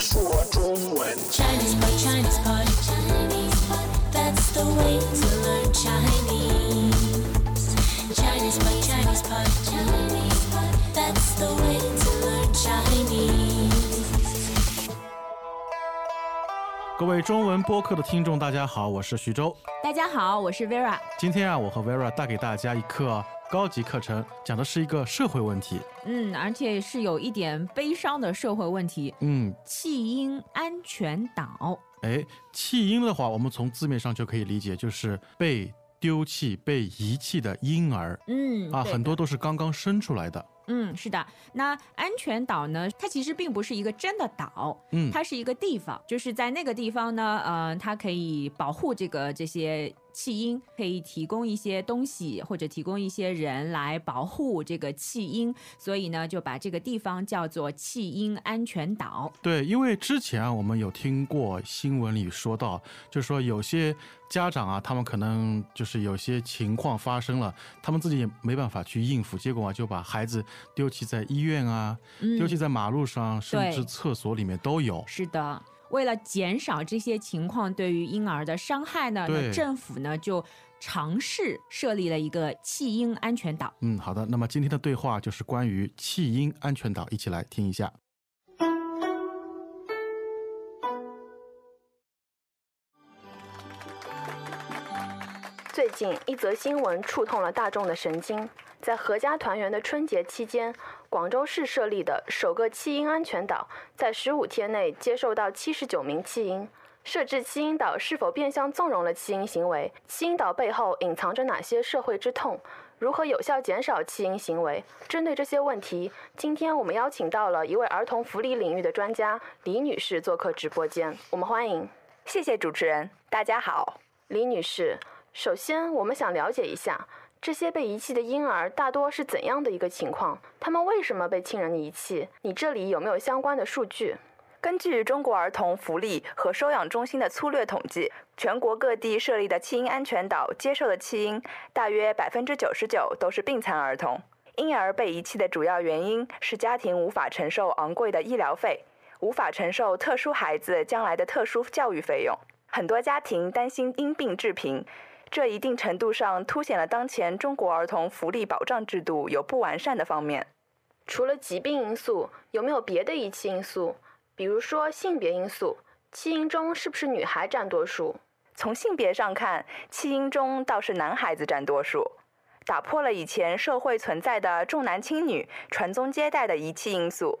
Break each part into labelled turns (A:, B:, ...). A: 说中文。
B: Chinese pot, Chinese pot, Chinese pot. That's the way to learn Chinese. Chinese pot, Chinese pot, Chinese pot. That's the way to learn Chinese.
C: 各位中文播客的听众，大家好，我是徐州。
D: 大家好，我是 Vera。
C: 今天啊，我和 Vera 带给大家一课高级课程，讲的是一个社会问题。
D: 嗯，而且是有一点悲伤的社会问题
C: 嗯，
D: ——弃婴安全岛。
C: 哎，弃婴的话，我们从字面上就可以理解，就是被丢弃、被遗弃的婴儿
D: 嗯，
C: 啊，
D: 对
C: 很多都是刚刚生出来的。
D: 嗯，是的。那安全岛呢？它其实并不是一个真的岛，
C: 嗯
D: 它是一个地方，就是在那个地方呢，呃，它可以保护这个这些弃婴，可以提供一些东西或者提供一些人来保护这个弃婴，所以呢，就把这个地方叫做弃婴安全岛。
C: 对，因为之前啊，我们有听过新闻里说到，就说有些家长啊，他们可能就是有些情况发生了，他们自己也没办法去应付，结果啊，就把孩子丢弃在医院啊，
D: 嗯
C: 丢弃在马路上，甚
D: 对
C: 至厕所里面都有。
D: 是的，为了减少这些情况对于婴儿的伤害呢，
C: 对
D: 那政府呢就尝试设立了一个弃婴安全岛。
C: 嗯，好的，那么今天的对话就是关于弃婴安全岛，一起来听一下。
E: 最近，一则新闻触痛了大众的神经。在合家团圆的春节期间，广州市设立的首个弃婴安全岛，在十五天内接受到七十九名弃婴。设置弃婴岛是否变相纵容了弃婴行为？弃婴岛背后隐藏着哪些社会之痛？如何有效减少弃婴行为？针对这些问题，今天我们邀请到了一位儿童福利领域的专家李女士做客直播间，我们欢迎。
F: 谢谢主持人，大家好。
E: 李女士，首先我们想了解一下，这些被遗弃的婴儿大多是怎样的一个情况？他们为什么被亲人遗弃？你这里有没有相关的数据？
F: 根据中国儿童福利和收养中心的粗略统计，全国各地设立的弃婴安全岛接受的弃婴，大约百分之九十九都是病残儿童。婴儿被遗弃的主要原因是家庭无法承受昂贵的医疗费，无法承受特殊孩子将来的特殊教育费用。很多家庭担心因病致贫，这一定程度上凸显了当前中国儿童福利保障制度有不完善的方面。
E: 除了疾病因素，有没有别的遗弃因素？比如说性别因素，弃婴中是不是女孩占多数？
F: 从性别上看，弃婴中倒是男孩子占多数，打破了以前社会存在的重男轻女、传宗接代的遗弃因素。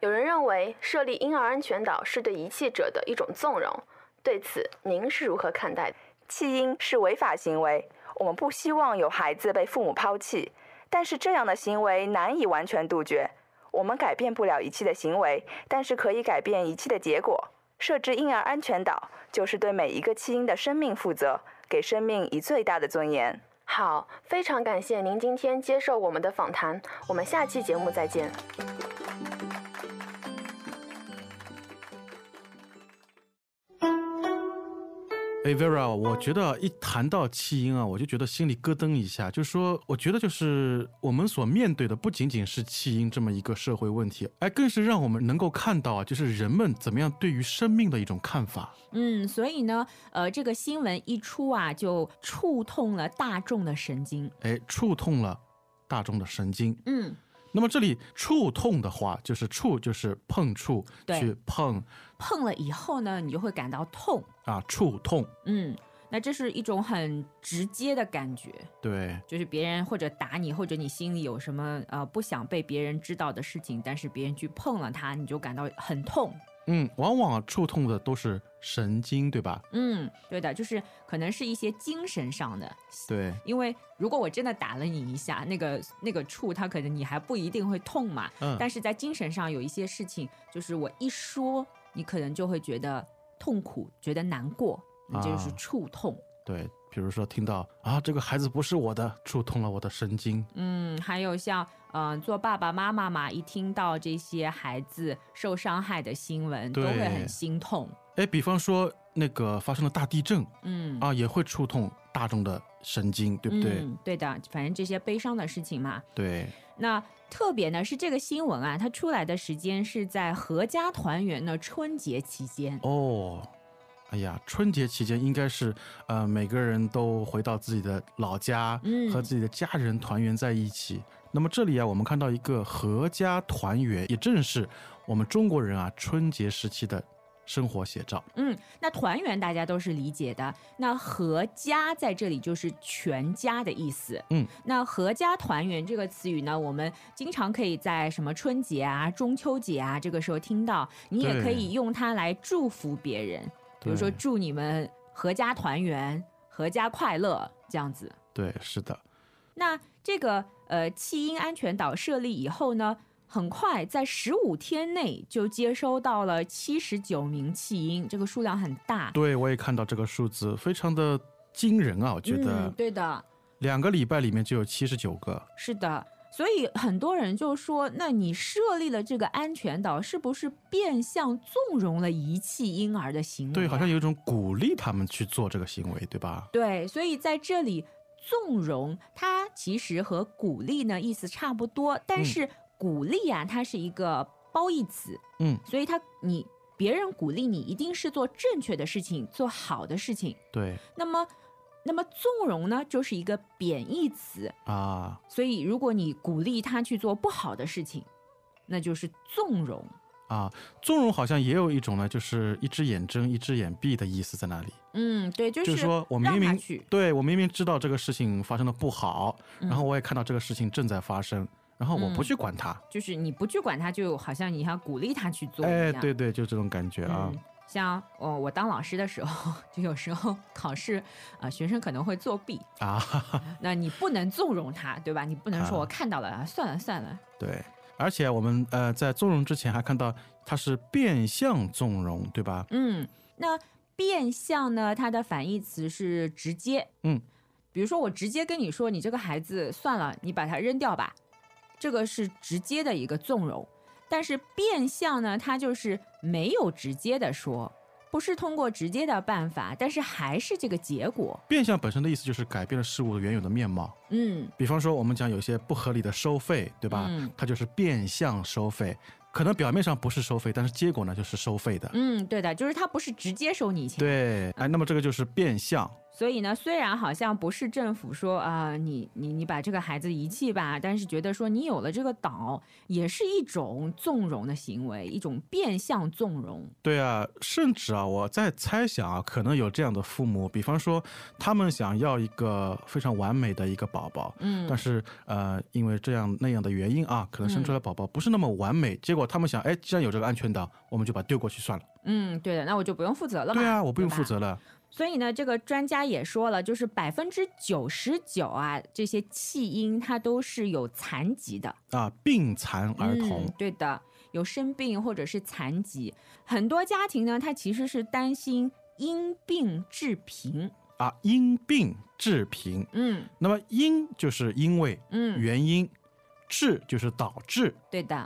E: 有人认为设立婴儿安全岛是对遗弃者的一种纵容，对此您是如何看待的？
F: 弃婴是违法行为，我们不希望有孩子被父母抛弃，但是这样的行为难以完全杜绝。我们改变不了遗弃的行为，但是可以改变遗弃的结果。设置婴儿安全岛，就是对每一个弃婴的生命负责，给生命以最大的尊严。
E: 好，非常感谢您今天接受我们的访谈，我们下期节目再见。
C: 哎，Vera，我觉得一谈到弃婴啊，我就觉得心里咯噔一下。就是说，我觉得就是我们所面对的不仅仅是弃婴这么一个社会问题，哎，更是让我们能够看到啊，就是人们怎么样对于生命的一种看法。
D: 嗯，所以呢，呃，这个新闻一出啊，就触痛了大众的神经。
C: 哎，触痛了大众的神经。
D: 嗯，
C: 那么这里触痛的话，就是触就是碰触，
D: 对
C: 去碰
D: 碰了以后呢，你就会感到痛。
C: 啊，触痛。
D: 嗯，那这是一种很直接的感觉，
C: 对，
D: 就是别人或者打你，或者你心里有什么呃不想被别人知道的事情，但是别人去碰了它，你就感到很痛。
C: 嗯，往往触痛的都是神经，对吧？
D: 嗯，对的，就是可能是一些精神上的，
C: 对，
D: 因为如果我真的打了你一下，那个那个触，它可能你还不一定会痛嘛。
C: 嗯
D: 但是在精神上有一些事情，就是我一说，你可能就会觉得痛苦，觉得难过，你这就是
C: 啊
D: 触痛。
C: 对，比如说听到啊，这个孩子不是我的，触痛了我的神经。
D: 嗯，还有像嗯、呃做爸爸妈妈嘛，一听到这些孩子受伤害的新闻，都会
C: 对
D: 很心痛。
C: 哎，比方说那个发生了大地震
D: 嗯，
C: 啊，也会触痛。大众的神经，对不对？
D: 嗯，对的，反正这些悲伤的事情嘛。
C: 对，
D: 那特别呢是这个新闻啊，它出来的时间是在合家团圆的春节期间。
C: 哦，哎呀，春节期间应该是呃每个人都回到自己的老家，
D: 嗯
C: 和自己的家人团圆在一起。那么这里啊，我们看到一个合家团圆，也正是我们中国人啊春节时期的生活写照。
D: 嗯，那团圆大家都是理解的，那合家在这里就是全家的意思。
C: 嗯，
D: 那合家团圆这个词语呢，我们经常可以在什么春节啊、中秋节啊这个时候听到，你也
C: 对
D: 可以用它来祝福别人，比如说
C: 对
D: 祝你们合家团圆、合家快乐这样子。
C: 对，是的，
D: 那这个呃弃婴安全岛设立以后呢，很快在十五天内就接收到了七十九名弃婴，这个数量很大。
C: 对我也看到这个数字，非常的惊人啊！我觉得、
D: 嗯、对的，
C: 两个礼拜里面就有七十九个。
D: 是的。所以很多人就说，那你设立了这个安全岛，是不是变相纵容了遗弃婴儿的行为、啊
C: 对，好像有一种鼓励他们去做这个行为，对吧？
D: 对，所以在这里纵容它其实和鼓励呢意思差不多，但
C: 嗯
D: 是鼓励啊，它是一个褒义词，
C: 嗯，
D: 所以它你别人鼓励你一定是做正确的事情，做好的事情。
C: 对
D: 那么，那么纵容呢，就是一个贬义词，
C: 啊，
D: 所以如果你鼓励他去做不好的事情，那就是纵容。
C: 啊，纵容好像也有一种呢，就是一只眼睁一只眼闭的意思在那里，
D: 嗯，对，就
C: 就是是说我明
D: 让他
C: 明
D: 去，
C: 对我明明知道这个事情发生的不好，然后我也看到这个事情正在发生，然后我不
D: 嗯
C: 去管它，
D: 就是你不去管他，就好像你要鼓励他去做一
C: 哎，
D: 样。
C: 对对，就这种感觉啊，
D: 嗯像我、我当老师的时候， 就有时候考试，啊，学生可能会作弊，
C: 啊，哈哈
D: 那你不能纵容他，对吧？你不能说
C: 啊
D: 我看到了，啊、算了算了，
C: 对，而且我们呃在纵容之前还看到它是变相纵容，对吧？
D: 嗯，那变相呢，它的反义词是直接，
C: 嗯，
D: 比如说我直接跟你说，你这个孩子算了，你把他扔掉吧，这个是直接的一个纵容。但是变相呢，它就是没有直接的说，不是通过直接的办法，但是还是这个结果，
C: 变相本身的意思就是改变了事物的原有的面貌，
D: 嗯。
C: 比方说，我们讲有些不合理的收费，对吧？
D: 嗯
C: 它就是变相收费，可能表面上不是收费，但是结果呢就是收费的。
D: 嗯，对的，就是他不是直接收你钱，
C: 对，哎，那么这个就是变相，
D: 所以呢，虽然好像不是政府说啊、你你你把这个孩子遗弃吧，但是觉得说你有了这个岛，也是一种纵容的行为，一种变相纵容。
C: 对啊，甚至啊，我在猜想啊，可能有这样的父母，比方说他们想要一个非常完美的一个宝宝，
D: 嗯
C: 但是呃，因为这样那样的原因啊，可能生出
D: 嗯
C: 来宝宝不是那么完美，结果他们想，哎，既然有这个安全岛，我们就把它丢过去算了。
D: 嗯，对的，那我就不用负责了嘛。
C: 对啊，我不用
D: 吧
C: 负。责了。
D: 所以呢，这个专家也说了，就是百分之九十九啊，这些弃婴它都是有残疾的。
C: 啊，病残儿童，
D: 嗯。对的，有生病或者是残疾，很多家庭呢，它其实是担心因病致贫。
C: 啊，因病致贫。
D: 嗯
C: 那么因就是因为
D: 嗯，
C: 原因，致就是导致
D: 对的，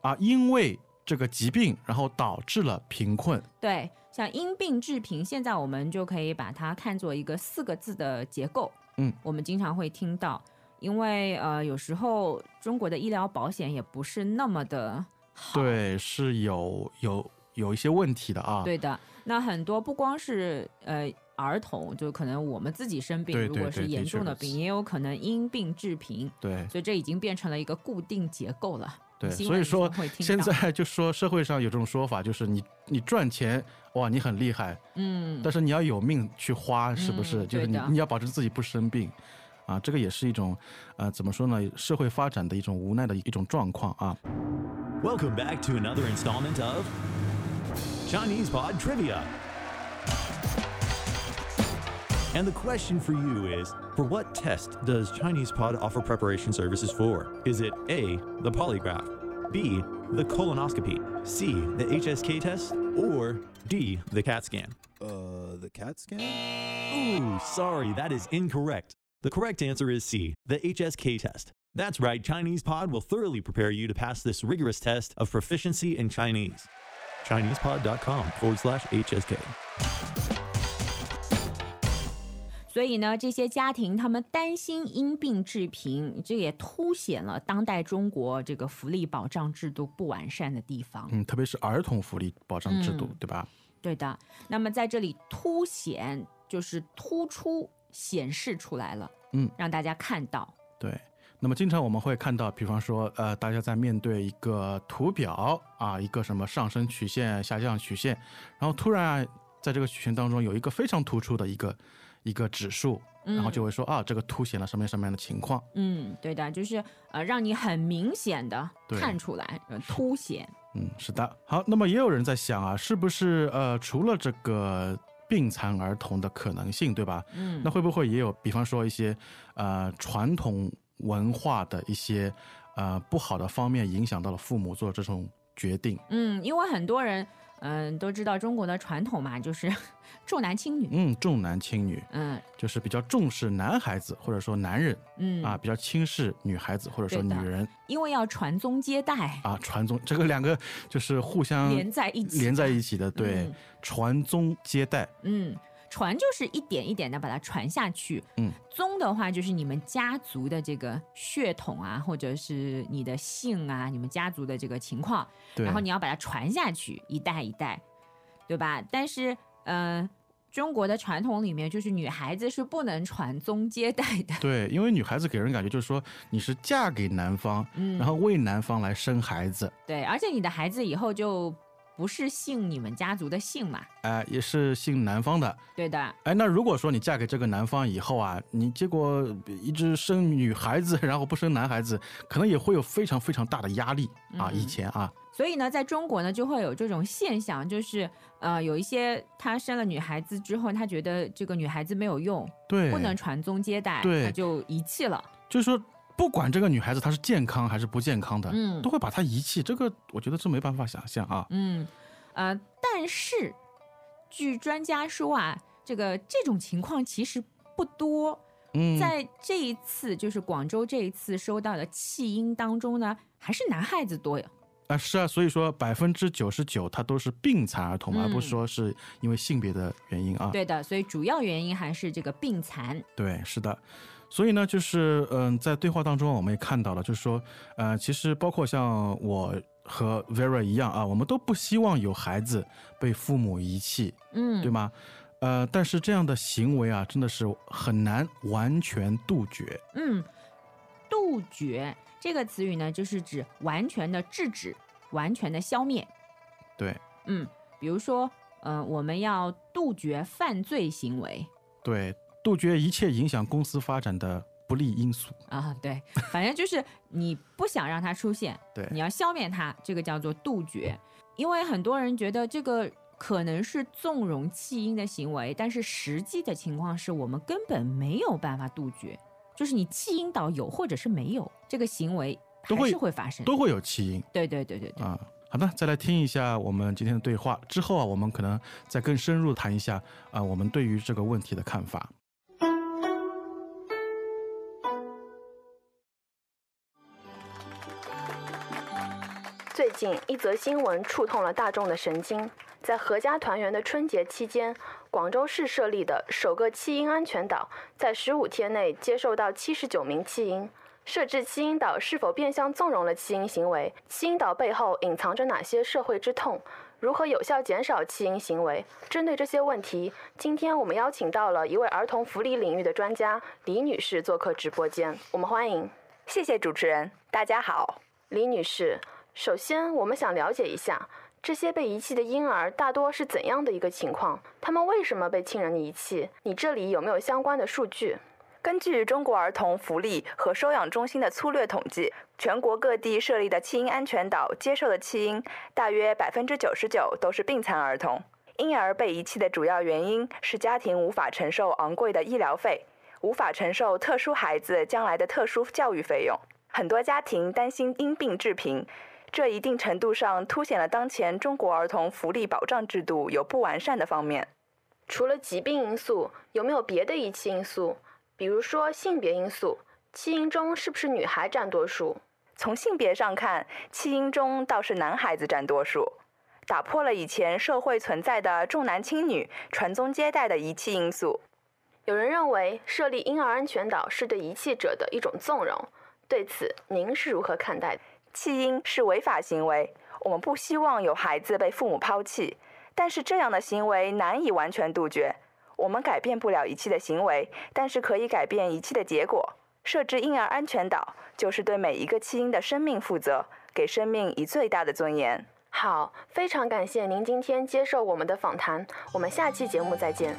C: 啊，因为这个疾病，然后导致了贫困。
D: 对，像因病致贫，现在我们就可以把它看作一个四个字的结构。
C: 嗯，
D: 我们经常会听到，因为呃，有时候中国的医疗保险也不是那么的好。
C: 对，是有有有一些问题的啊。
D: 对的，那很多不光是呃儿童，就可能我们自己生病，
C: 对
D: 如
C: 对
D: 果是
C: 对的
D: 严
C: 确
D: 重
C: 如
D: 的病，
C: 此
D: 也有可能因病致贫，
C: 对
D: 所以这已经变成了一个固定结构了。
C: 对
D: 新
C: 所以
D: 闻里经
C: 说
D: 会听
C: 现
D: 到
C: 在就说社会上有这种说法，就是你你赚钱哇，你很厉害，
D: 嗯，
C: 但是你要有命去花，是不是？
D: 嗯
C: 就是
D: 对
C: 你
D: 的
C: 你要保证自己不生病。啊，这个也是一种，呃，怎么说呢？社会发展的一种无奈的一种状况啊。
A: Welcome back to another installment of Chinese Pod Trivia. And the question for you is For what test does Chinese Pod offer preparation services for? Is it A, the polygraph, B, the colonoscopy, C, the HSK test, or D, the CAT scan?
G: Uh, the CAT scan?
A: Ooh, sorry, that is incorrect. The correct answer is C, the HSK test. That's right, Chinese Pod will thoroughly prepare you to pass this rigorous test of proficiency in Chinese. ChinesePod.com forward slash HSK.
D: 所所以呢，这些家庭他们担心因病致贫，这也凸显了当代中国这个福利保障制度不完善的地方。
C: 嗯，特别是儿童福利保障制度，
D: 嗯
C: 对吧？
D: 对的，那么在这里凸显就是突出显示出来了，
C: 嗯，
D: 让大家看到，
C: 对。那么经常我们会看到，比方说，呃，大家在面对一个图表啊，一个什么上升曲线、下降曲线，然后突然啊在这个曲线当中有一个非常突出的一个一个指数，然后就会说啊，这个凸显了什么样什么样的情况。
D: 嗯，对的，就是呃，让你很明显的
C: 对
D: 看出来，呃凸显，
C: 嗯，是的。好，那么也有人在想啊，是不是呃，除了这个病残儿童的可能性，对吧？
D: 嗯
C: 那，会不会也有，比方说一些呃传统文化的一些呃不好的方面，影响到了父母做这种决定？
D: 嗯，因为很多人嗯、都知道中国的传统嘛，就是 重男轻女，
C: 嗯，重男轻女
D: 嗯
C: 就是比较重视男孩子或者说男人、
D: 嗯
C: 啊，比较轻视女孩子或者说
D: 对
C: 女
D: 的
C: 人
D: 因为要传宗接代，
C: 啊，传宗这个两个就是互相
D: 连在一起
C: 嗯连在一起的，对，
D: 嗯
C: 传宗接代，
D: 嗯，传就是一点一点的把它传下去。
C: 嗯，
D: 宗的话就是你们家族的这个血统啊，或者是你的姓啊，你们家族的这个情况，
C: 对，
D: 然后你要把它传下去，一代一代，对吧？但是，嗯、中国的传统里面就是女孩子是不能传宗接代的。
C: 对，因为女孩子给人感觉就是说你是嫁给男方，
D: 嗯
C: 然后为男方来生孩子，
D: 对，而且你的孩子以后就不是姓你们家族的姓嘛，
C: 哎、也是姓男方的。
D: 对的。
C: 哎，那如果说你嫁给这个男方以后啊，你结果一直生女孩子， 然后不生男孩子，可能也会有非常非常大的压力啊。
D: 嗯
C: 以前啊，
D: 所以呢，在中国呢，就会有这种现象，就是呃，有一些她生了女孩子之后，她觉得这个女孩子没有用，
C: 对，
D: 不能传宗接代，
C: 对
D: 她就遗弃了。
C: 就是说，不管这个女孩子她是健康还是不健康的，
D: 嗯
C: 都会把她遗弃。这个我觉得这没办法想象啊。
D: 嗯，呃，但是据专家说啊，这个这种情况其实不多。
C: 嗯，
D: 在这一次，就是广州这一次收到的弃婴当中呢，还是男孩子多呀。
C: 啊，是啊，所以说百分之九十九它都是病残儿童嘛，而不是
D: 嗯
C: 说是因为性别的原因啊。
D: 对的，所以主要原因还是这个病残。
C: 对，是的。所以呢，就是嗯、在对话当中我们也看到了，就是说，呃，其实包括像我和 Vera 一样啊，我们都不希望有孩子被父母遗弃，
D: 嗯，
C: 对吗？呃，但是这样的行为啊，真的是很难完全杜绝。
D: 嗯，杜绝这个词语呢，就是指完全的制止、完全的消灭。
C: 对，
D: 嗯，比如说，呃，我们要杜绝犯罪行为
C: 对，杜绝一切影响公司发展的不利因素。
D: 啊，对，反正就是你不想让它出现，
C: 对
D: 你要消灭它，这个叫做杜绝。因为很多人觉得这个可能是纵容弃婴的行为，但是实际的情况是我们根本没有办法杜绝，就是你弃婴到有或者是没有这个行为。
C: 都
D: 还
C: 会
D: 是会发生的，
C: 都会有弃婴
D: 对对对对对，
C: 啊。好的，再来听一下我们今天的对话。之后啊，我们可能再更深入谈一下啊、我们对于这个问题的看法。
E: 最近，一则新闻触痛了大众的神经。在合家团圆的春节期间，广州市设立的首个弃婴安全岛，在十五天内接受到七十九名弃婴。设置弃婴岛是否变相纵容了弃婴行为？弃婴岛背后隐藏着哪些社会之痛？如何有效减少弃婴行为？针对这些问题，今天我们邀请到了一位儿童福利领域的专家李女士做客直播间，我们欢迎。
F: 谢谢主持人，大家好。
E: 李女士，首先我们想了解一下，这些被遗弃的婴儿大多是怎样的一个情况？他们为什么被亲人遗弃？你这里有没有相关的数据？
F: 根据中国儿童福利和收养中心的粗略统计，全国各地设立的弃婴安全岛接受的弃婴，大约百分之九十九都是病残儿童。婴儿被遗弃的主要原因是家庭无法承受昂贵的医疗费，无法承受特殊孩子将来的特殊教育费用。很多家庭担心因病致贫，这一定程度上凸显了当前中国儿童福利保障制度有不完善的方面。
E: 除了疾病因素，有没有别的遗弃因素？比如说性别因素，弃婴中是不是女孩占多数？
F: 从性别上看，弃婴中倒是男孩子占多数，打破了以前社会存在的重男轻女、传宗接代的遗弃因素。
E: 有人认为设立婴儿安全岛是对遗弃者的一种纵容，对此您是如何看待的？
F: 弃婴是违法行为，我们不希望有孩子被父母抛弃，但是这样的行为难以完全杜绝。我们改变不了遗弃的行为，但是可以改变遗弃的结果。设置婴儿安全岛就是对每一个弃婴的生命负责，给生命以最大的尊严。
E: 好，非常感谢您今天接受我们的访谈，我们下期节目再见。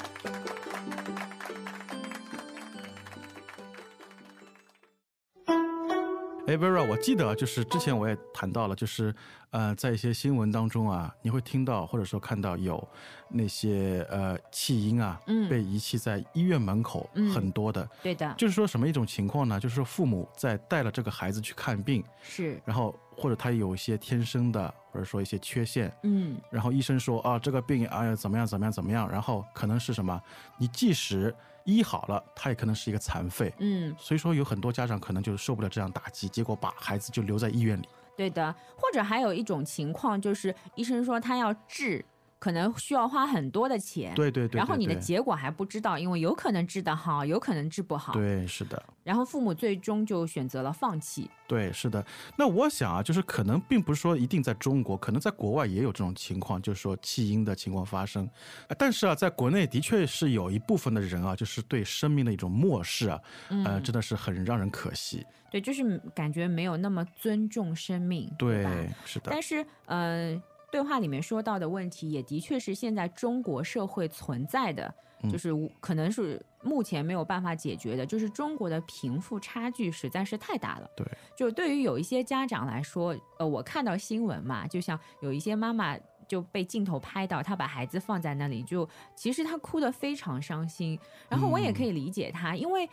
C: 哎，Vera，我记得就是之前我也谈到了，就是呃，在一些新闻当中啊，你会听到或者说看到有那些呃弃婴啊，
D: 嗯
C: 被遗弃在医院门口，
D: 嗯
C: 很多的。
D: 对的，
C: 就是说什么一种情况呢？就是说父母在带了这个孩子去看病，
D: 是，
C: 然后或者他有一些天生的，或者说一些缺陷，
D: 嗯
C: 然后医生说啊这个病哎呀怎么样怎么样怎么样，然后可能是什么？你即使医好了，他也可能是一个残废。
D: 嗯，
C: 所以说有很多家长可能就受不了这样打击，结果把孩子就留在医院里。
D: 对的。或者还有一种情况就是，医生说他要治，可能需要花很多的钱，
C: 对对对对
D: 然后你的
C: 对
D: 结果还不知道，因为有可能治得好，有可能治不好，
C: 对，是的，
D: 然后父母最终就选择了放弃。
C: 对，是的。那我想啊，就是可能并不是说一定在中国，可能在国外也有这种情况，就是说弃婴的情况发生。呃但是啊，在国内的确是有一部分的人啊，就是对生命的一种漠视啊，
D: 嗯
C: 呃，真的是很让人可惜。
D: 对，就是感觉没有那么尊重生命，对
C: 对
D: 吧？，
C: 是的
D: 但，是，呃，对话里面说到的问题，也的确是现在中国社会存在的，
C: 嗯
D: 就是无可能是目前没有办法解决的，就是中国的贫富差距实在是太大了。
C: 对，
D: 就对于有一些家长来说，呃，我看到新闻嘛，就像有一些妈妈。就被镜头拍到，她把孩子放在那里，就其实她哭得非常伤心。然后我也可
C: 嗯
D: 以理解她，因为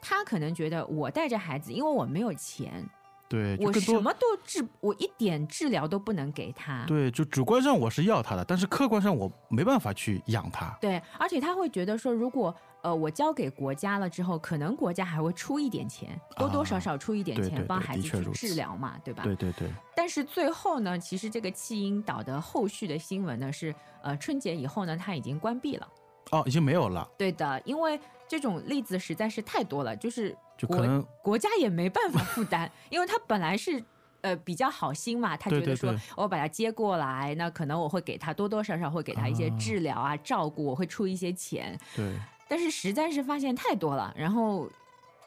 D: 她可能觉得我带着孩子，因为我没有钱，
C: 对，就
D: 我
C: 更
D: 什
C: 多
D: 么。都治，我一点治疗都不能给他。
C: 对，就主观上我是要他的，但是客观上我没办法去养他。
D: 对而且他会觉得说，如果呃我交给国家了之后，可能国家还会出一点钱，多多少
C: 啊
D: 少出一点
C: 对
D: 钱、
C: 对
D: 帮
C: 对
D: 孩
C: 的
D: 子
C: 确
D: 去
C: 如
D: 治
C: 此
D: 疗嘛，对吧？
C: 对对对，
D: 但是最后呢，其实这个弃婴岛的后续的新闻呢是，呃春节以后呢，它已经关闭了。
C: 哦，已经没有了，
D: 对的，因为这种例子实在是太多了，就是
C: 就
D: 国
C: 可能
D: 国家也没办法负担，因为他本来是。呃，比较好心嘛，他觉
C: 对
D: 得
C: 对
D: 说
C: 对
D: 我把他接过来，那可能我会给他多多少少会给他一些
C: 啊
D: 治疗啊、照顾，我会出一些钱，
C: 对。
D: 但是实在是发现太多了，然后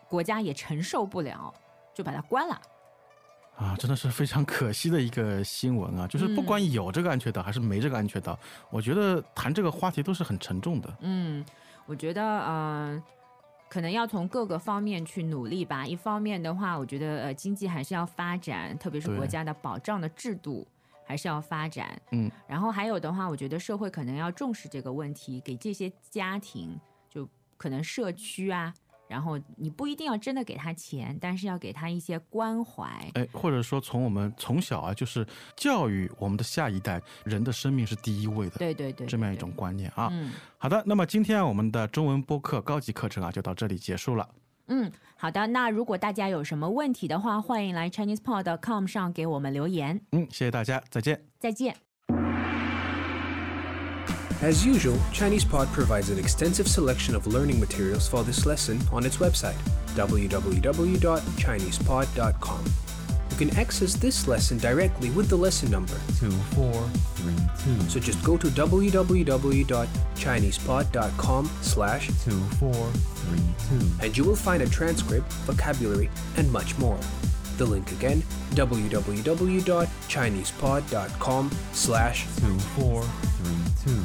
D: 国家也承受不了，就把它关了。
C: 啊，真的是非常可惜的一个新闻啊！就是不
D: 嗯
C: 管有这个安全岛还是没这个安全岛，我觉得谈这个话题都是很沉重的。
D: 嗯，我觉得呃，可能要从各个方面去努力吧。一方面的话，我觉得呃，经济还是要发展，特别是国
C: 对
D: 家的保障的制度还是要发展。
C: 嗯，
D: 然后还有的话，我觉得社会可能要重视这个问题，给这些家庭，就可能社区啊，然后你不一定要真的给他钱，但是要给他一些关怀。
C: 哎，或者说从我们从小啊，就是教育我们的下一代，人的生命是第一位的，
D: 对对对，
C: 这么样一
D: 对
C: 种观念啊。
D: 嗯。
C: 好的，那么今天啊我们的中文播客高级课程啊就到这里结束了。
D: 嗯，好的。那如果大家有什么问题的话，欢迎来 ChinesePod.com 上给我们留言。
C: 嗯，谢谢大家，再见。
D: 再见。
H: As usual, ChinesePod provides an extensive selection of learning materials for this lesson on its website, www.chinesepod.com. You can access this lesson directly with the lesson number,
I: two four three two
H: so just go to www.chinesepod.com slash
I: two four three two
H: and you will find a transcript, vocabulary, and much more. The link again, www.chinesepod.com slash
I: two four three two